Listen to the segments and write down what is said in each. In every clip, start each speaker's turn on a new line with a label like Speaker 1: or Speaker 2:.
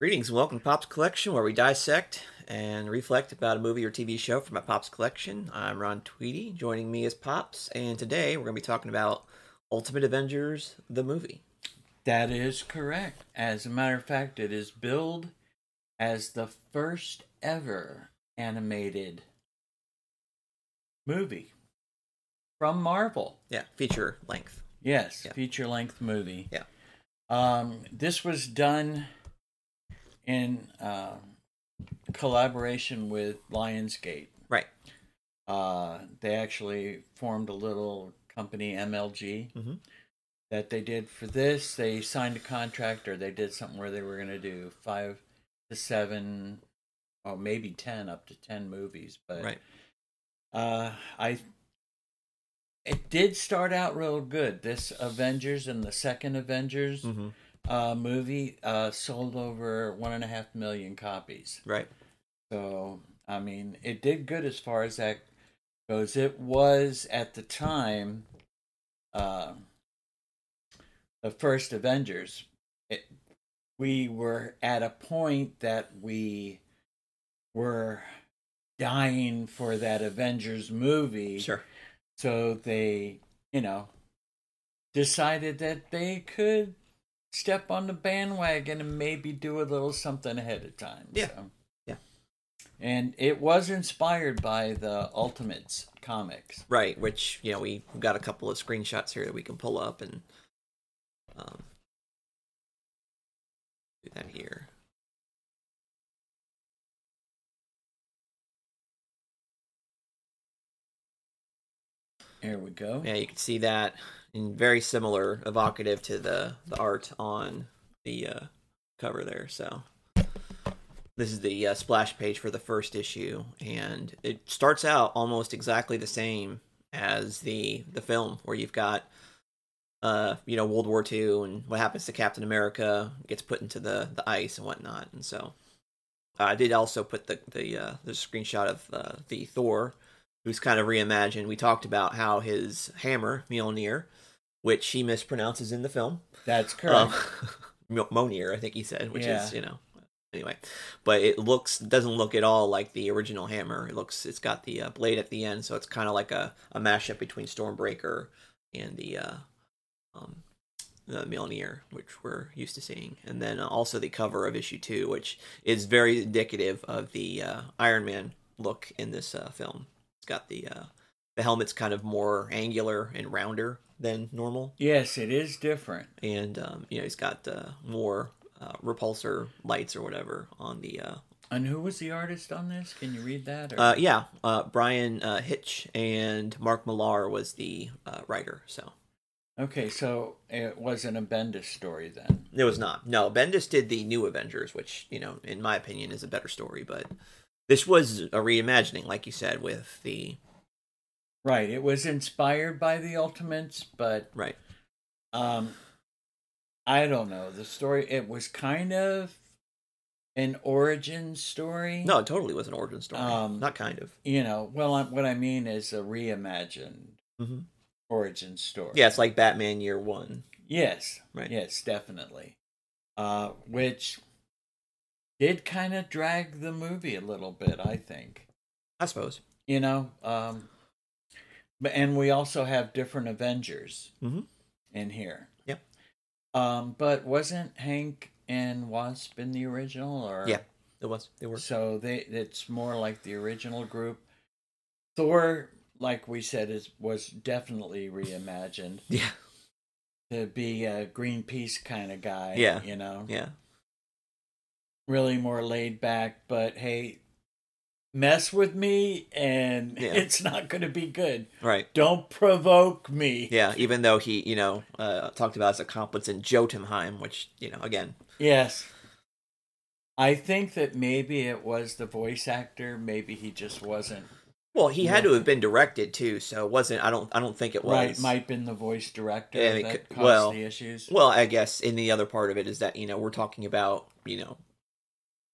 Speaker 1: Greetings and welcome to Pop's Collection, where we dissect and reflect about a movie or TV show from a Pop's Collection. I'm Ron Tweedy. Joining me is Pops, and today we're going to be talking about Ultimate Avengers, the movie.
Speaker 2: That is correct. As a matter of fact, it is billed as the first ever animated movie from Marvel.
Speaker 1: Yeah, feature length.
Speaker 2: Yes,
Speaker 1: Yeah.
Speaker 2: feature length movie.
Speaker 1: Yeah.
Speaker 2: Um, this was done in uh, collaboration with Lionsgate.
Speaker 1: Right.
Speaker 2: Uh, they actually formed a little company, MLG,
Speaker 1: Mhm.
Speaker 2: that they did for this. They signed a contract, or they did something where they were going to do five to seven, or maybe ten, up to ten movies. But
Speaker 1: Right.
Speaker 2: uh, I it did start out real good. This Avengers and the second Avengers
Speaker 1: hmm
Speaker 2: uh, movie uh, sold over one and a half million copies.
Speaker 1: Right.
Speaker 2: So I mean, it did good as far as that goes. It was at the time uh, the first Avengers. It, we were at a point that we were dying for that Avengers movie.
Speaker 1: Sure.
Speaker 2: So they, you know, decided that they could step on the bandwagon and maybe do a little something ahead of time.
Speaker 1: Yeah.
Speaker 2: So.
Speaker 1: Yeah.
Speaker 2: And it was inspired by the Ultimates comics.
Speaker 1: Right, which, you know, we've got a couple of screenshots here that we can pull up and um, do that here.
Speaker 2: Here we go.
Speaker 1: Yeah, you can see that, and very similar, evocative to the the art on the uh, cover there. So this is the uh, splash page for the first issue, and it starts out almost exactly the same as the the film, where you've got uh you know World War II and what happens to Captain America gets put into the the ice and whatnot, and so. I did also put the the uh, the screenshot of uh, the Thor who's kind of reimagined. We talked about how his hammer, Mjolnir, which he mispronounces in the film,
Speaker 2: That's correct.
Speaker 1: um, Mjol- Mjolnir, I think he said, which
Speaker 2: Yeah.
Speaker 1: is, you know, anyway. But it looks, doesn't look at all like the original hammer. It looks, it's got the uh, blade at the end, so it's kind of like a, a mashup between Stormbreaker and the, uh, um, the Mjolnir, which we're used to seeing. And then uh, also the cover of issue two, which is very indicative of the uh, Iron Man look in this uh, film. It's got the, uh, the helmet's kind of more angular and rounder than normal
Speaker 2: yes, it is different.
Speaker 1: and um, you know he's got uh, more uh, repulsor lights or whatever on the uh,
Speaker 2: And who was the artist on this? Can you read that? Or...
Speaker 1: uh yeah uh Brian uh, Hitch and Mark Millar was the uh, writer so
Speaker 2: okay, so it wasn't a Bendis story then.
Speaker 1: it was not no Bendis did the new Avengers which you know in my opinion is a better story but this was a reimagining like you said with the
Speaker 2: Right. It was inspired by the Ultimates, but
Speaker 1: right
Speaker 2: um i don't know the story it was kind of an origin story
Speaker 1: no it totally was an origin story
Speaker 2: Um,
Speaker 1: not kind of
Speaker 2: you know well I, what i mean is a reimagined
Speaker 1: Mhm.
Speaker 2: origin story
Speaker 1: yeah it's like Batman Year One
Speaker 2: yes
Speaker 1: Right.
Speaker 2: yes definitely uh which did kind of drag the movie a little bit i think
Speaker 1: I suppose
Speaker 2: you know um but and we also have different avengers
Speaker 1: Mhm.
Speaker 2: in here
Speaker 1: Yep.
Speaker 2: um but wasn't hank and wasp in the original or
Speaker 1: Yeah, it was it was
Speaker 2: so they it's more like the original group thor like we said is was definitely reimagined
Speaker 1: yeah
Speaker 2: to be a greenpeace kind of guy
Speaker 1: Yeah.
Speaker 2: you know
Speaker 1: yeah
Speaker 2: really more laid back but hey mess with me and
Speaker 1: Yeah.
Speaker 2: it's not going to be good
Speaker 1: right
Speaker 2: don't provoke me.
Speaker 1: Yeah, even though he, you know, uh, talked about his accomplishments in Jotunheim, which, you know, again,
Speaker 2: Yes. I think that maybe it was the voice actor. Maybe he just wasn't.
Speaker 1: well, he had
Speaker 2: Yeah.
Speaker 1: to have been directed too, so it wasn't. I don't, I don't think it was.
Speaker 2: Right, might have been the voice director
Speaker 1: Yeah, it
Speaker 2: that
Speaker 1: could-
Speaker 2: caused
Speaker 1: well,
Speaker 2: the issues.
Speaker 1: Well, I guess in the other part of it is that you know we're talking about you know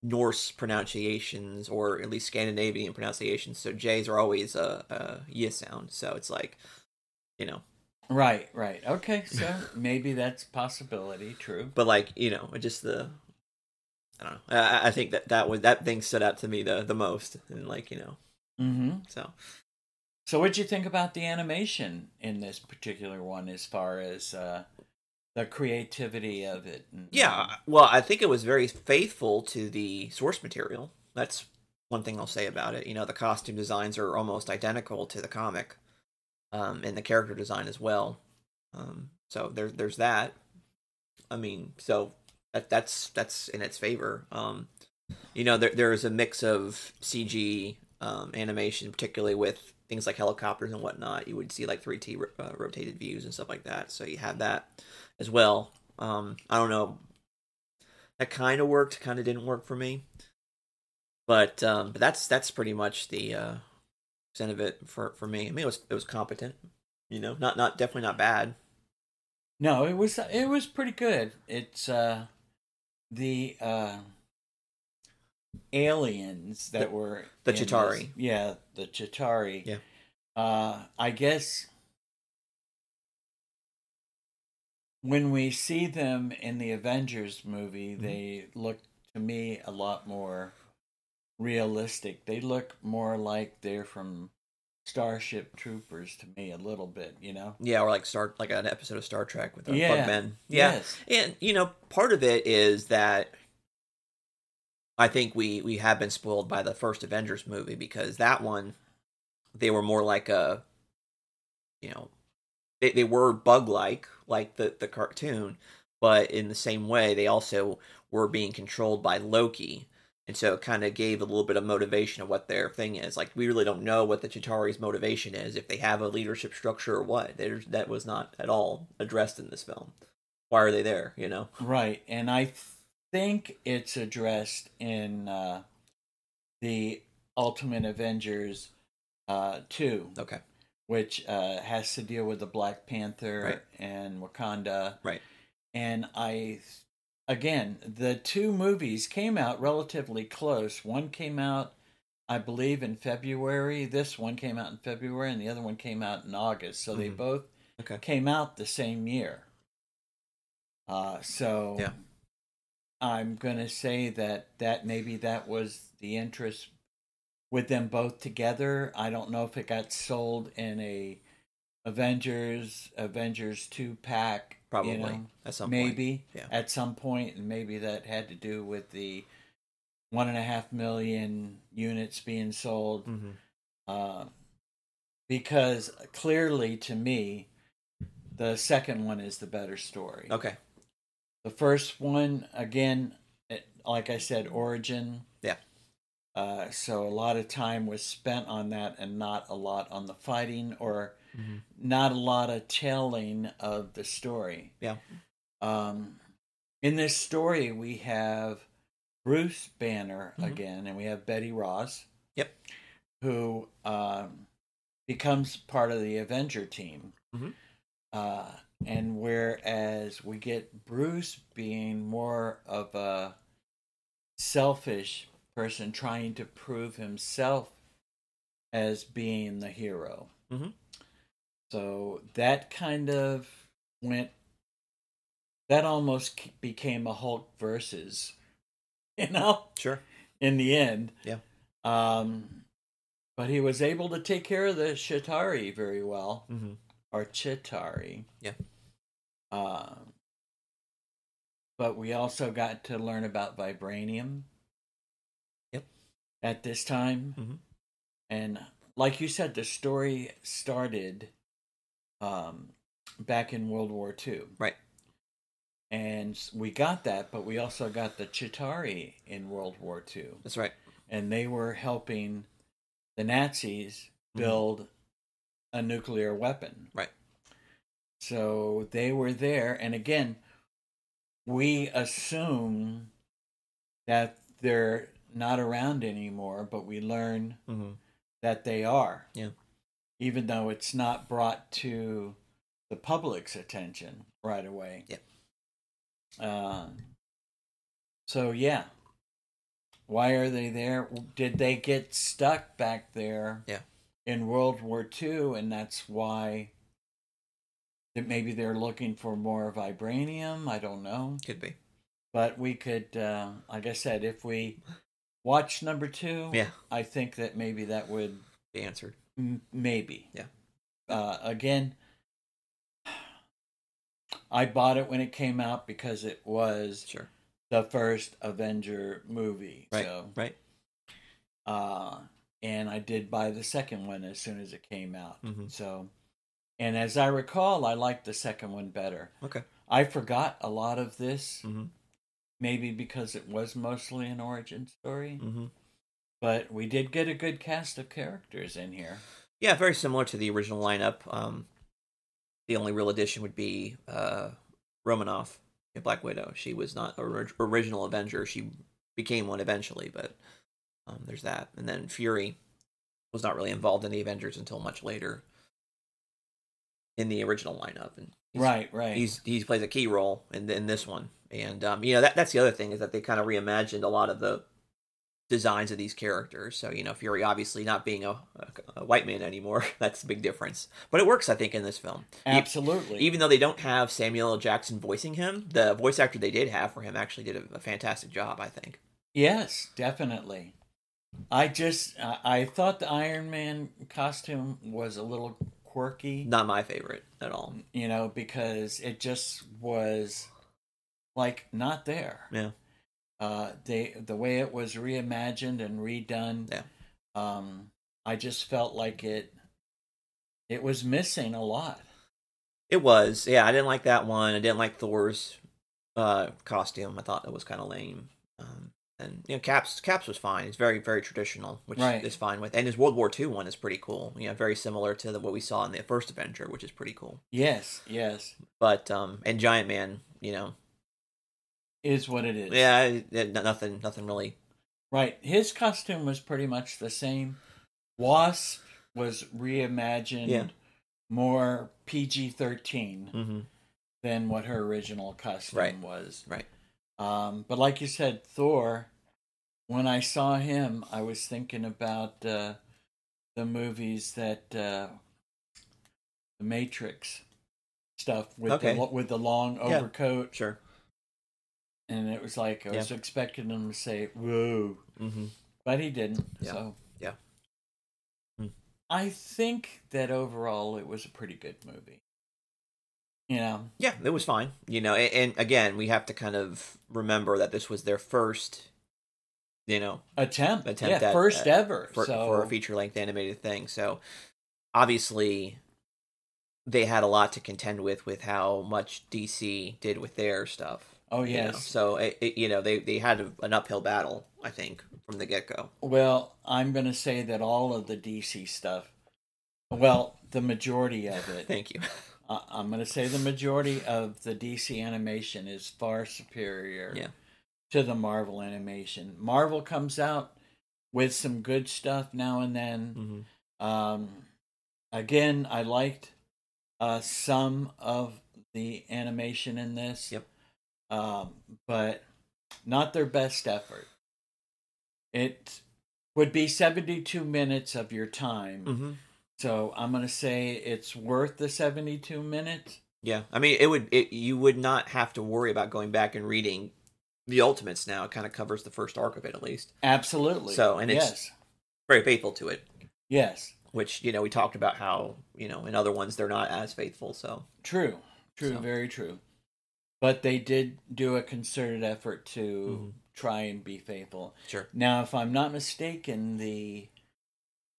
Speaker 1: Norse pronunciations or at least Scandinavian pronunciations, so J's are always a, a y sound, so it's like, you know,
Speaker 2: Right, right. Okay, so maybe that's a possibility. True.
Speaker 1: but like you know, just the. I don't know. I, I think that that was that thing stood out to me the the most, and like you know,
Speaker 2: Mm-hmm.
Speaker 1: so
Speaker 2: So, what'd you think about the animation in this particular one, as far as uh, the creativity of it? and-
Speaker 1: yeah. Well, I think it was very faithful to the source material. That's one thing I'll say about it. You know, the costume designs are almost identical to the comic, um, and the character design as well. Um, so there's there's that. I mean, so that that's that's in its favor. Um, you know, there there is a mix of CG um, animation, particularly with things like helicopters and whatnot. You would see like 3D ro- uh, rotated views and stuff like that. So you have that as well. Um, I don't know. That kind of worked, kind of didn't work for me. But um, but that's that's pretty much the uh, extent of it for for me. I mean, it was it was competent. You know, not not definitely not bad.
Speaker 2: No, it was it was pretty good. It's uh, the uh, aliens that
Speaker 1: The-
Speaker 2: were
Speaker 1: the
Speaker 2: in this-
Speaker 1: Chitauri.
Speaker 2: Yeah, the Chitari.
Speaker 1: Yeah.
Speaker 2: Uh, I guess when we see them in the Avengers movie,
Speaker 1: Mm-hmm.
Speaker 2: they look to me a lot more realistic. They look more like they're from Starship Troopers to me a little bit, you know.
Speaker 1: Yeah, or like start like an episode of Star Trek with uh, the
Speaker 2: Yeah.
Speaker 1: Bugmen. Yeah,
Speaker 2: Yes.
Speaker 1: and you know, part of it is that I think we we have been spoiled by the first Avengers movie because that one they were more like a you know they they were bug like like the the cartoon, but in the same way they also were being controlled by Loki. And so it kind of gave a little bit of motivation of what their thing is. Like we really don't know what the Chitari's motivation is, if they have a leadership structure or what. There's that was not at all addressed in this film. Why are they there? You know?
Speaker 2: Right, and I think it's addressed in uh, the Ultimate Avengers uh, two,
Speaker 1: Okay.
Speaker 2: which uh, has to deal with the Black Panther
Speaker 1: Right.
Speaker 2: and Wakanda.
Speaker 1: Right.
Speaker 2: and I again the two movies came out relatively close. One came out, I believe, in February. This one came out in February, and the other one came out in August. So they
Speaker 1: Mhm.
Speaker 2: both
Speaker 1: Okay.
Speaker 2: came out the same year. Uh, so
Speaker 1: Yeah.
Speaker 2: I'm gonna say that that maybe that was the interest with them both together. I don't know if it got sold in a Avengers Avengers two pack, you
Speaker 1: Probably
Speaker 2: know,
Speaker 1: at some point.
Speaker 2: maybe
Speaker 1: Yeah.
Speaker 2: at some point, and maybe that had to do with the one and a half million units being sold
Speaker 1: hmm
Speaker 2: uh, because clearly to me, the second one is the better story.
Speaker 1: Okay.
Speaker 2: The first one, again, it, like I said, origin.
Speaker 1: Yeah.
Speaker 2: Uh, so a lot of time was spent on that and not a lot on the fighting or
Speaker 1: Mhm.
Speaker 2: not a lot of telling of the story.
Speaker 1: Yeah.
Speaker 2: Um, in this story, we have Bruce Banner
Speaker 1: Mhm.
Speaker 2: again, and we have Betty Ross.
Speaker 1: Yep.
Speaker 2: Who um, becomes part of the Avenger team.
Speaker 1: Mhm.
Speaker 2: Uh, and whereas we get Bruce being more of a selfish person trying to prove himself as being the hero.
Speaker 1: Mhm.
Speaker 2: So that kind of went. That almost c- became a Hulk versus, you know,
Speaker 1: Sure.
Speaker 2: in the end.
Speaker 1: Yeah.
Speaker 2: Um, but he was able to take care of the Chitari very well,
Speaker 1: Mm-hmm.
Speaker 2: or Chitari.
Speaker 1: Yeah.
Speaker 2: Um, but we also got to learn about vibranium.
Speaker 1: Yep.
Speaker 2: At this time,
Speaker 1: Mhm.
Speaker 2: and like you said, the story started um, back in World War II.
Speaker 1: Right.
Speaker 2: And we got that, but we also got the Chitari in World War II,
Speaker 1: That's right.
Speaker 2: and they were helping the Nazis
Speaker 1: Mhm.
Speaker 2: build a nuclear weapon.
Speaker 1: Right.
Speaker 2: So they were there, and again, we assume that they're not around anymore, but we learn
Speaker 1: Mm-hmm.
Speaker 2: that they are.
Speaker 1: Yeah.
Speaker 2: Even though it's not brought to the public's attention right away.
Speaker 1: Yep.
Speaker 2: Uh, so yeah. Why are they there? Did they get stuck back there?
Speaker 1: Yeah.
Speaker 2: In World War II, and that's why that maybe they're looking for more vibranium. I don't know.
Speaker 1: Could be.
Speaker 2: But we could, uh, like I said, if we watch number two,
Speaker 1: Yeah,
Speaker 2: I think that maybe that would
Speaker 1: the answer.
Speaker 2: M- maybe.
Speaker 1: Yeah.
Speaker 2: Uh, again, I bought it when it came out because it was
Speaker 1: Sure.
Speaker 2: the first Avenger movie.
Speaker 1: Right,
Speaker 2: So,
Speaker 1: right.
Speaker 2: Uh, and I did buy the second one as soon as it came out.
Speaker 1: Mhm.
Speaker 2: So, and as I recall, I liked the second one better.
Speaker 1: Okay.
Speaker 2: I forgot a lot of this,
Speaker 1: Mhm.
Speaker 2: maybe because it was mostly an origin story.
Speaker 1: Mm-hmm.
Speaker 2: But we did get a good cast of characters in here.
Speaker 1: Yeah, very similar to the original lineup. Um, the only real addition would be uh, Romanoff, yeah, Black Widow. She was not an orig- original Avenger. She became one eventually, but um, there's that. And then Fury was not really involved in the Avengers until much later in the original lineup. And he's-
Speaker 2: right, right.
Speaker 1: he's he plays a key role in in this one, and um, you know that that's the other thing is that they kind of reimagined a lot of the designs of these characters. So you know Fury obviously not being a, a, a white man anymore, that's a big difference. But it works, I think, in this film. E-
Speaker 2: Absolutely.
Speaker 1: Even though they don't have Samuel L. Jackson voicing him, the voice actor they did have for him actually did a, a fantastic job, I think.
Speaker 2: Yes, definitely. I just I, I thought the Iron Man costume was a little quirky,
Speaker 1: Not my favorite at all.
Speaker 2: you know, because it just was like not there.
Speaker 1: Yeah.
Speaker 2: Uh they the way it was reimagined and redone.
Speaker 1: Yeah.
Speaker 2: Um I just felt like it it was missing a lot.
Speaker 1: It was, yeah. I didn't like that one. I didn't like Thor's uh, costume. I thought it was kind of lame. Um, and you know, Caps Caps was fine. It's very very traditional, which
Speaker 2: Right.
Speaker 1: is fine with. And his World War II one is pretty cool. You know, very similar to the, what we saw in the first Avenger, which is pretty cool.
Speaker 2: Yes, yes.
Speaker 1: But um, and Giant Man, you know,
Speaker 2: Is what it is.
Speaker 1: yeah, it- it- nothing nothing really.
Speaker 2: Right. His costume was pretty much the same. Wasp was reimagined
Speaker 1: Yeah.
Speaker 2: more PG 13
Speaker 1: hmm
Speaker 2: than what her original costume
Speaker 1: Right.
Speaker 2: was.
Speaker 1: Right.
Speaker 2: Um, but like you said, Thor, when I saw him, I was thinking about uh, the movies that uh, the Matrix stuff with,
Speaker 1: Okay.
Speaker 2: the, lo- with the long
Speaker 1: Yeah.
Speaker 2: overcoat.
Speaker 1: Sure.
Speaker 2: And it was like, I was expecting him to say, whoa.
Speaker 1: Mm-hmm.
Speaker 2: but he didn't.
Speaker 1: Yeah.
Speaker 2: So
Speaker 1: Yeah. Hmm.
Speaker 2: I think that overall it was a pretty good movie. You know,
Speaker 1: Yeah, it was fine. You know, and, and again, we have to kind of remember that this was their first, you know,
Speaker 2: attempt,
Speaker 1: Attempt
Speaker 2: yeah,
Speaker 1: at-
Speaker 2: first
Speaker 1: at-
Speaker 2: ever.
Speaker 1: for,
Speaker 2: so
Speaker 1: for a feature length animated thing. So obviously, they had a lot to contend with with how much DC did with their stuff.
Speaker 2: oh
Speaker 1: you know.
Speaker 2: yes.
Speaker 1: So it, it- you know they they had a, an uphill battle, I think, from the get go.
Speaker 2: Well, I'm going to say that all of the DC stuff, well, the majority of it,
Speaker 1: Thank you.
Speaker 2: I, I'm going to say the majority of the DC animation is far superior
Speaker 1: Yeah.
Speaker 2: to the Marvel animation. Marvel comes out with some good stuff now and then.
Speaker 1: Mm-hmm.
Speaker 2: Um, again, I liked uh, some of the animation in this.
Speaker 1: Yep.
Speaker 2: Um, but not their best effort. It would be 72 minutes of your time.
Speaker 1: Mm-hmm.
Speaker 2: So I'm going to say it's worth the 72 minutes.
Speaker 1: Yeah, I mean, it would it, you would not have to worry about going back and reading the Ultimates now. It kind of covers the first arc of it at least.
Speaker 2: Absolutely.
Speaker 1: So, and it's-
Speaker 2: yes.
Speaker 1: Very faithful to it,
Speaker 2: Yes.
Speaker 1: which you know we talked about how you know in other ones they're not as faithful. So
Speaker 2: True. True.
Speaker 1: So-
Speaker 2: Very true. But they did do a concerted effort to
Speaker 1: Mm-hmm.
Speaker 2: try and be faithful.
Speaker 1: sure,
Speaker 2: Now, if I'm not mistaken, the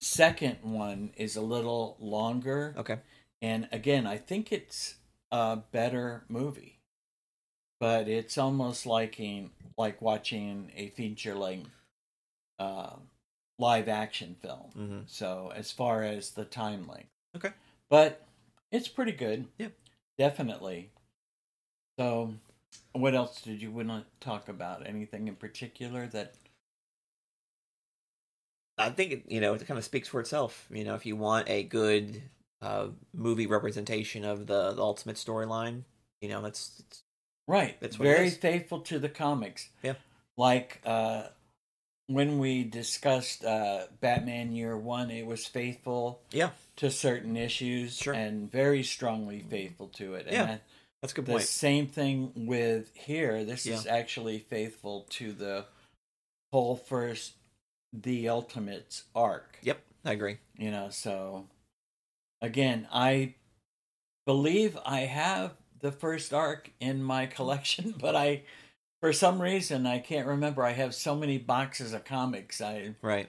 Speaker 2: second one is a little longer.
Speaker 1: okay.
Speaker 2: And again, I think it's a better movie. But it's almost like, in, like watching a feature length uh, live action film.
Speaker 1: Mm-hmm.
Speaker 2: So, as far as the time length.
Speaker 1: Okay.
Speaker 2: But it's pretty good.
Speaker 1: Yep.
Speaker 2: Definitely. So, what else did you want to talk about? Anything in particular that
Speaker 1: I think it, you know it kind of speaks for itself. You know, if you want a good uh, movie representation of the, the ultimate storyline, you know that's, that's
Speaker 2: Right.
Speaker 1: That's what it
Speaker 2: very
Speaker 1: is.
Speaker 2: faithful to the comics.
Speaker 1: Yeah.
Speaker 2: Like uh when we discussed uh Batman Year 1, it was faithful
Speaker 1: yeah,
Speaker 2: to certain issues
Speaker 1: Sure.
Speaker 2: and very strongly faithful to it. And
Speaker 1: Yeah.
Speaker 2: that,
Speaker 1: That's a good
Speaker 2: The
Speaker 1: point.
Speaker 2: same thing with here. This is
Speaker 1: Yeah.
Speaker 2: actually faithful to the whole first, the Ultimates arc.
Speaker 1: Yep, I agree.
Speaker 2: You know, so again, I believe I have the first arc in my collection, but I, for some reason, I can't remember. I have so many boxes of comics. I
Speaker 1: Right.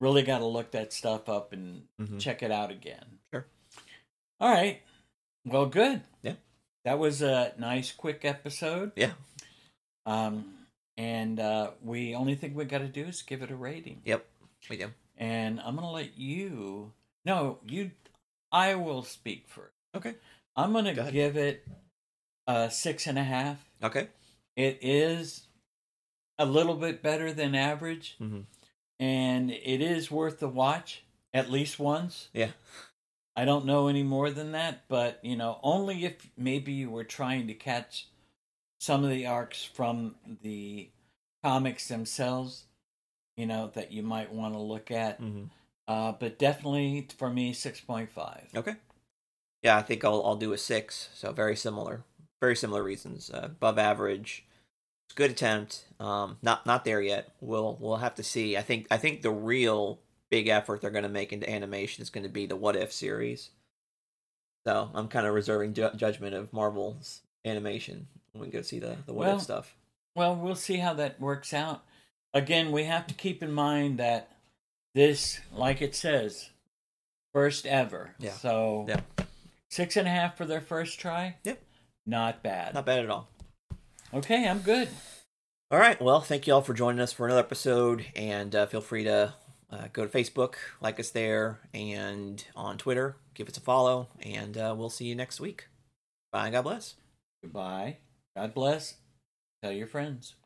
Speaker 2: really got to look that stuff up and
Speaker 1: Mhm.
Speaker 2: check it out again.
Speaker 1: Sure.
Speaker 2: All right. Well, good.
Speaker 1: Yeah.
Speaker 2: That was a nice, quick episode.
Speaker 1: Yeah.
Speaker 2: Um, and uh, we only thing we got to do is give it a rating.
Speaker 1: Yep. We do.
Speaker 2: And I'm gonna let you. No, you. I will speak first.
Speaker 1: Okay.
Speaker 2: I'm gonna
Speaker 1: Go ahead.
Speaker 2: give it a six and a half.
Speaker 1: Okay.
Speaker 2: It is a little bit better than average,
Speaker 1: Mhm.
Speaker 2: and it is worth the watch at least once.
Speaker 1: Yeah.
Speaker 2: I don't know any more than that, but you know, only if maybe you were trying to catch some of the arcs from the comics themselves, you know, that you might want to look at.
Speaker 1: hmm
Speaker 2: Uh, but definitely for me, six point five.
Speaker 1: Okay. Yeah, I think I'll I'll do a six. So very similar, very similar reasons. Uh, above average. It's a good attempt. Um, not not there yet. We'll we'll have to see. I think I think the real big effort they're going to make into animation is going to be the What If series. So I'm kind of reserving ju- judgment of Marvel's animation when we go see the the What
Speaker 2: Well,
Speaker 1: If stuff.
Speaker 2: Well, we'll see how that works out. Again, we have to keep in mind that this, like it says, first ever.
Speaker 1: Yeah.
Speaker 2: So
Speaker 1: Yeah.
Speaker 2: six and a half for their first try.
Speaker 1: Yep.
Speaker 2: Not bad.
Speaker 1: Not bad at all.
Speaker 2: Okay, I'm good.
Speaker 1: All right. Well, thank you all for joining us for another episode, and uh, feel free to uh, go to Facebook, like us there, and on Twitter, give us a follow, and uh, we'll see you next week. Bye. and God bless.
Speaker 2: Goodbye. God bless. Tell your friends.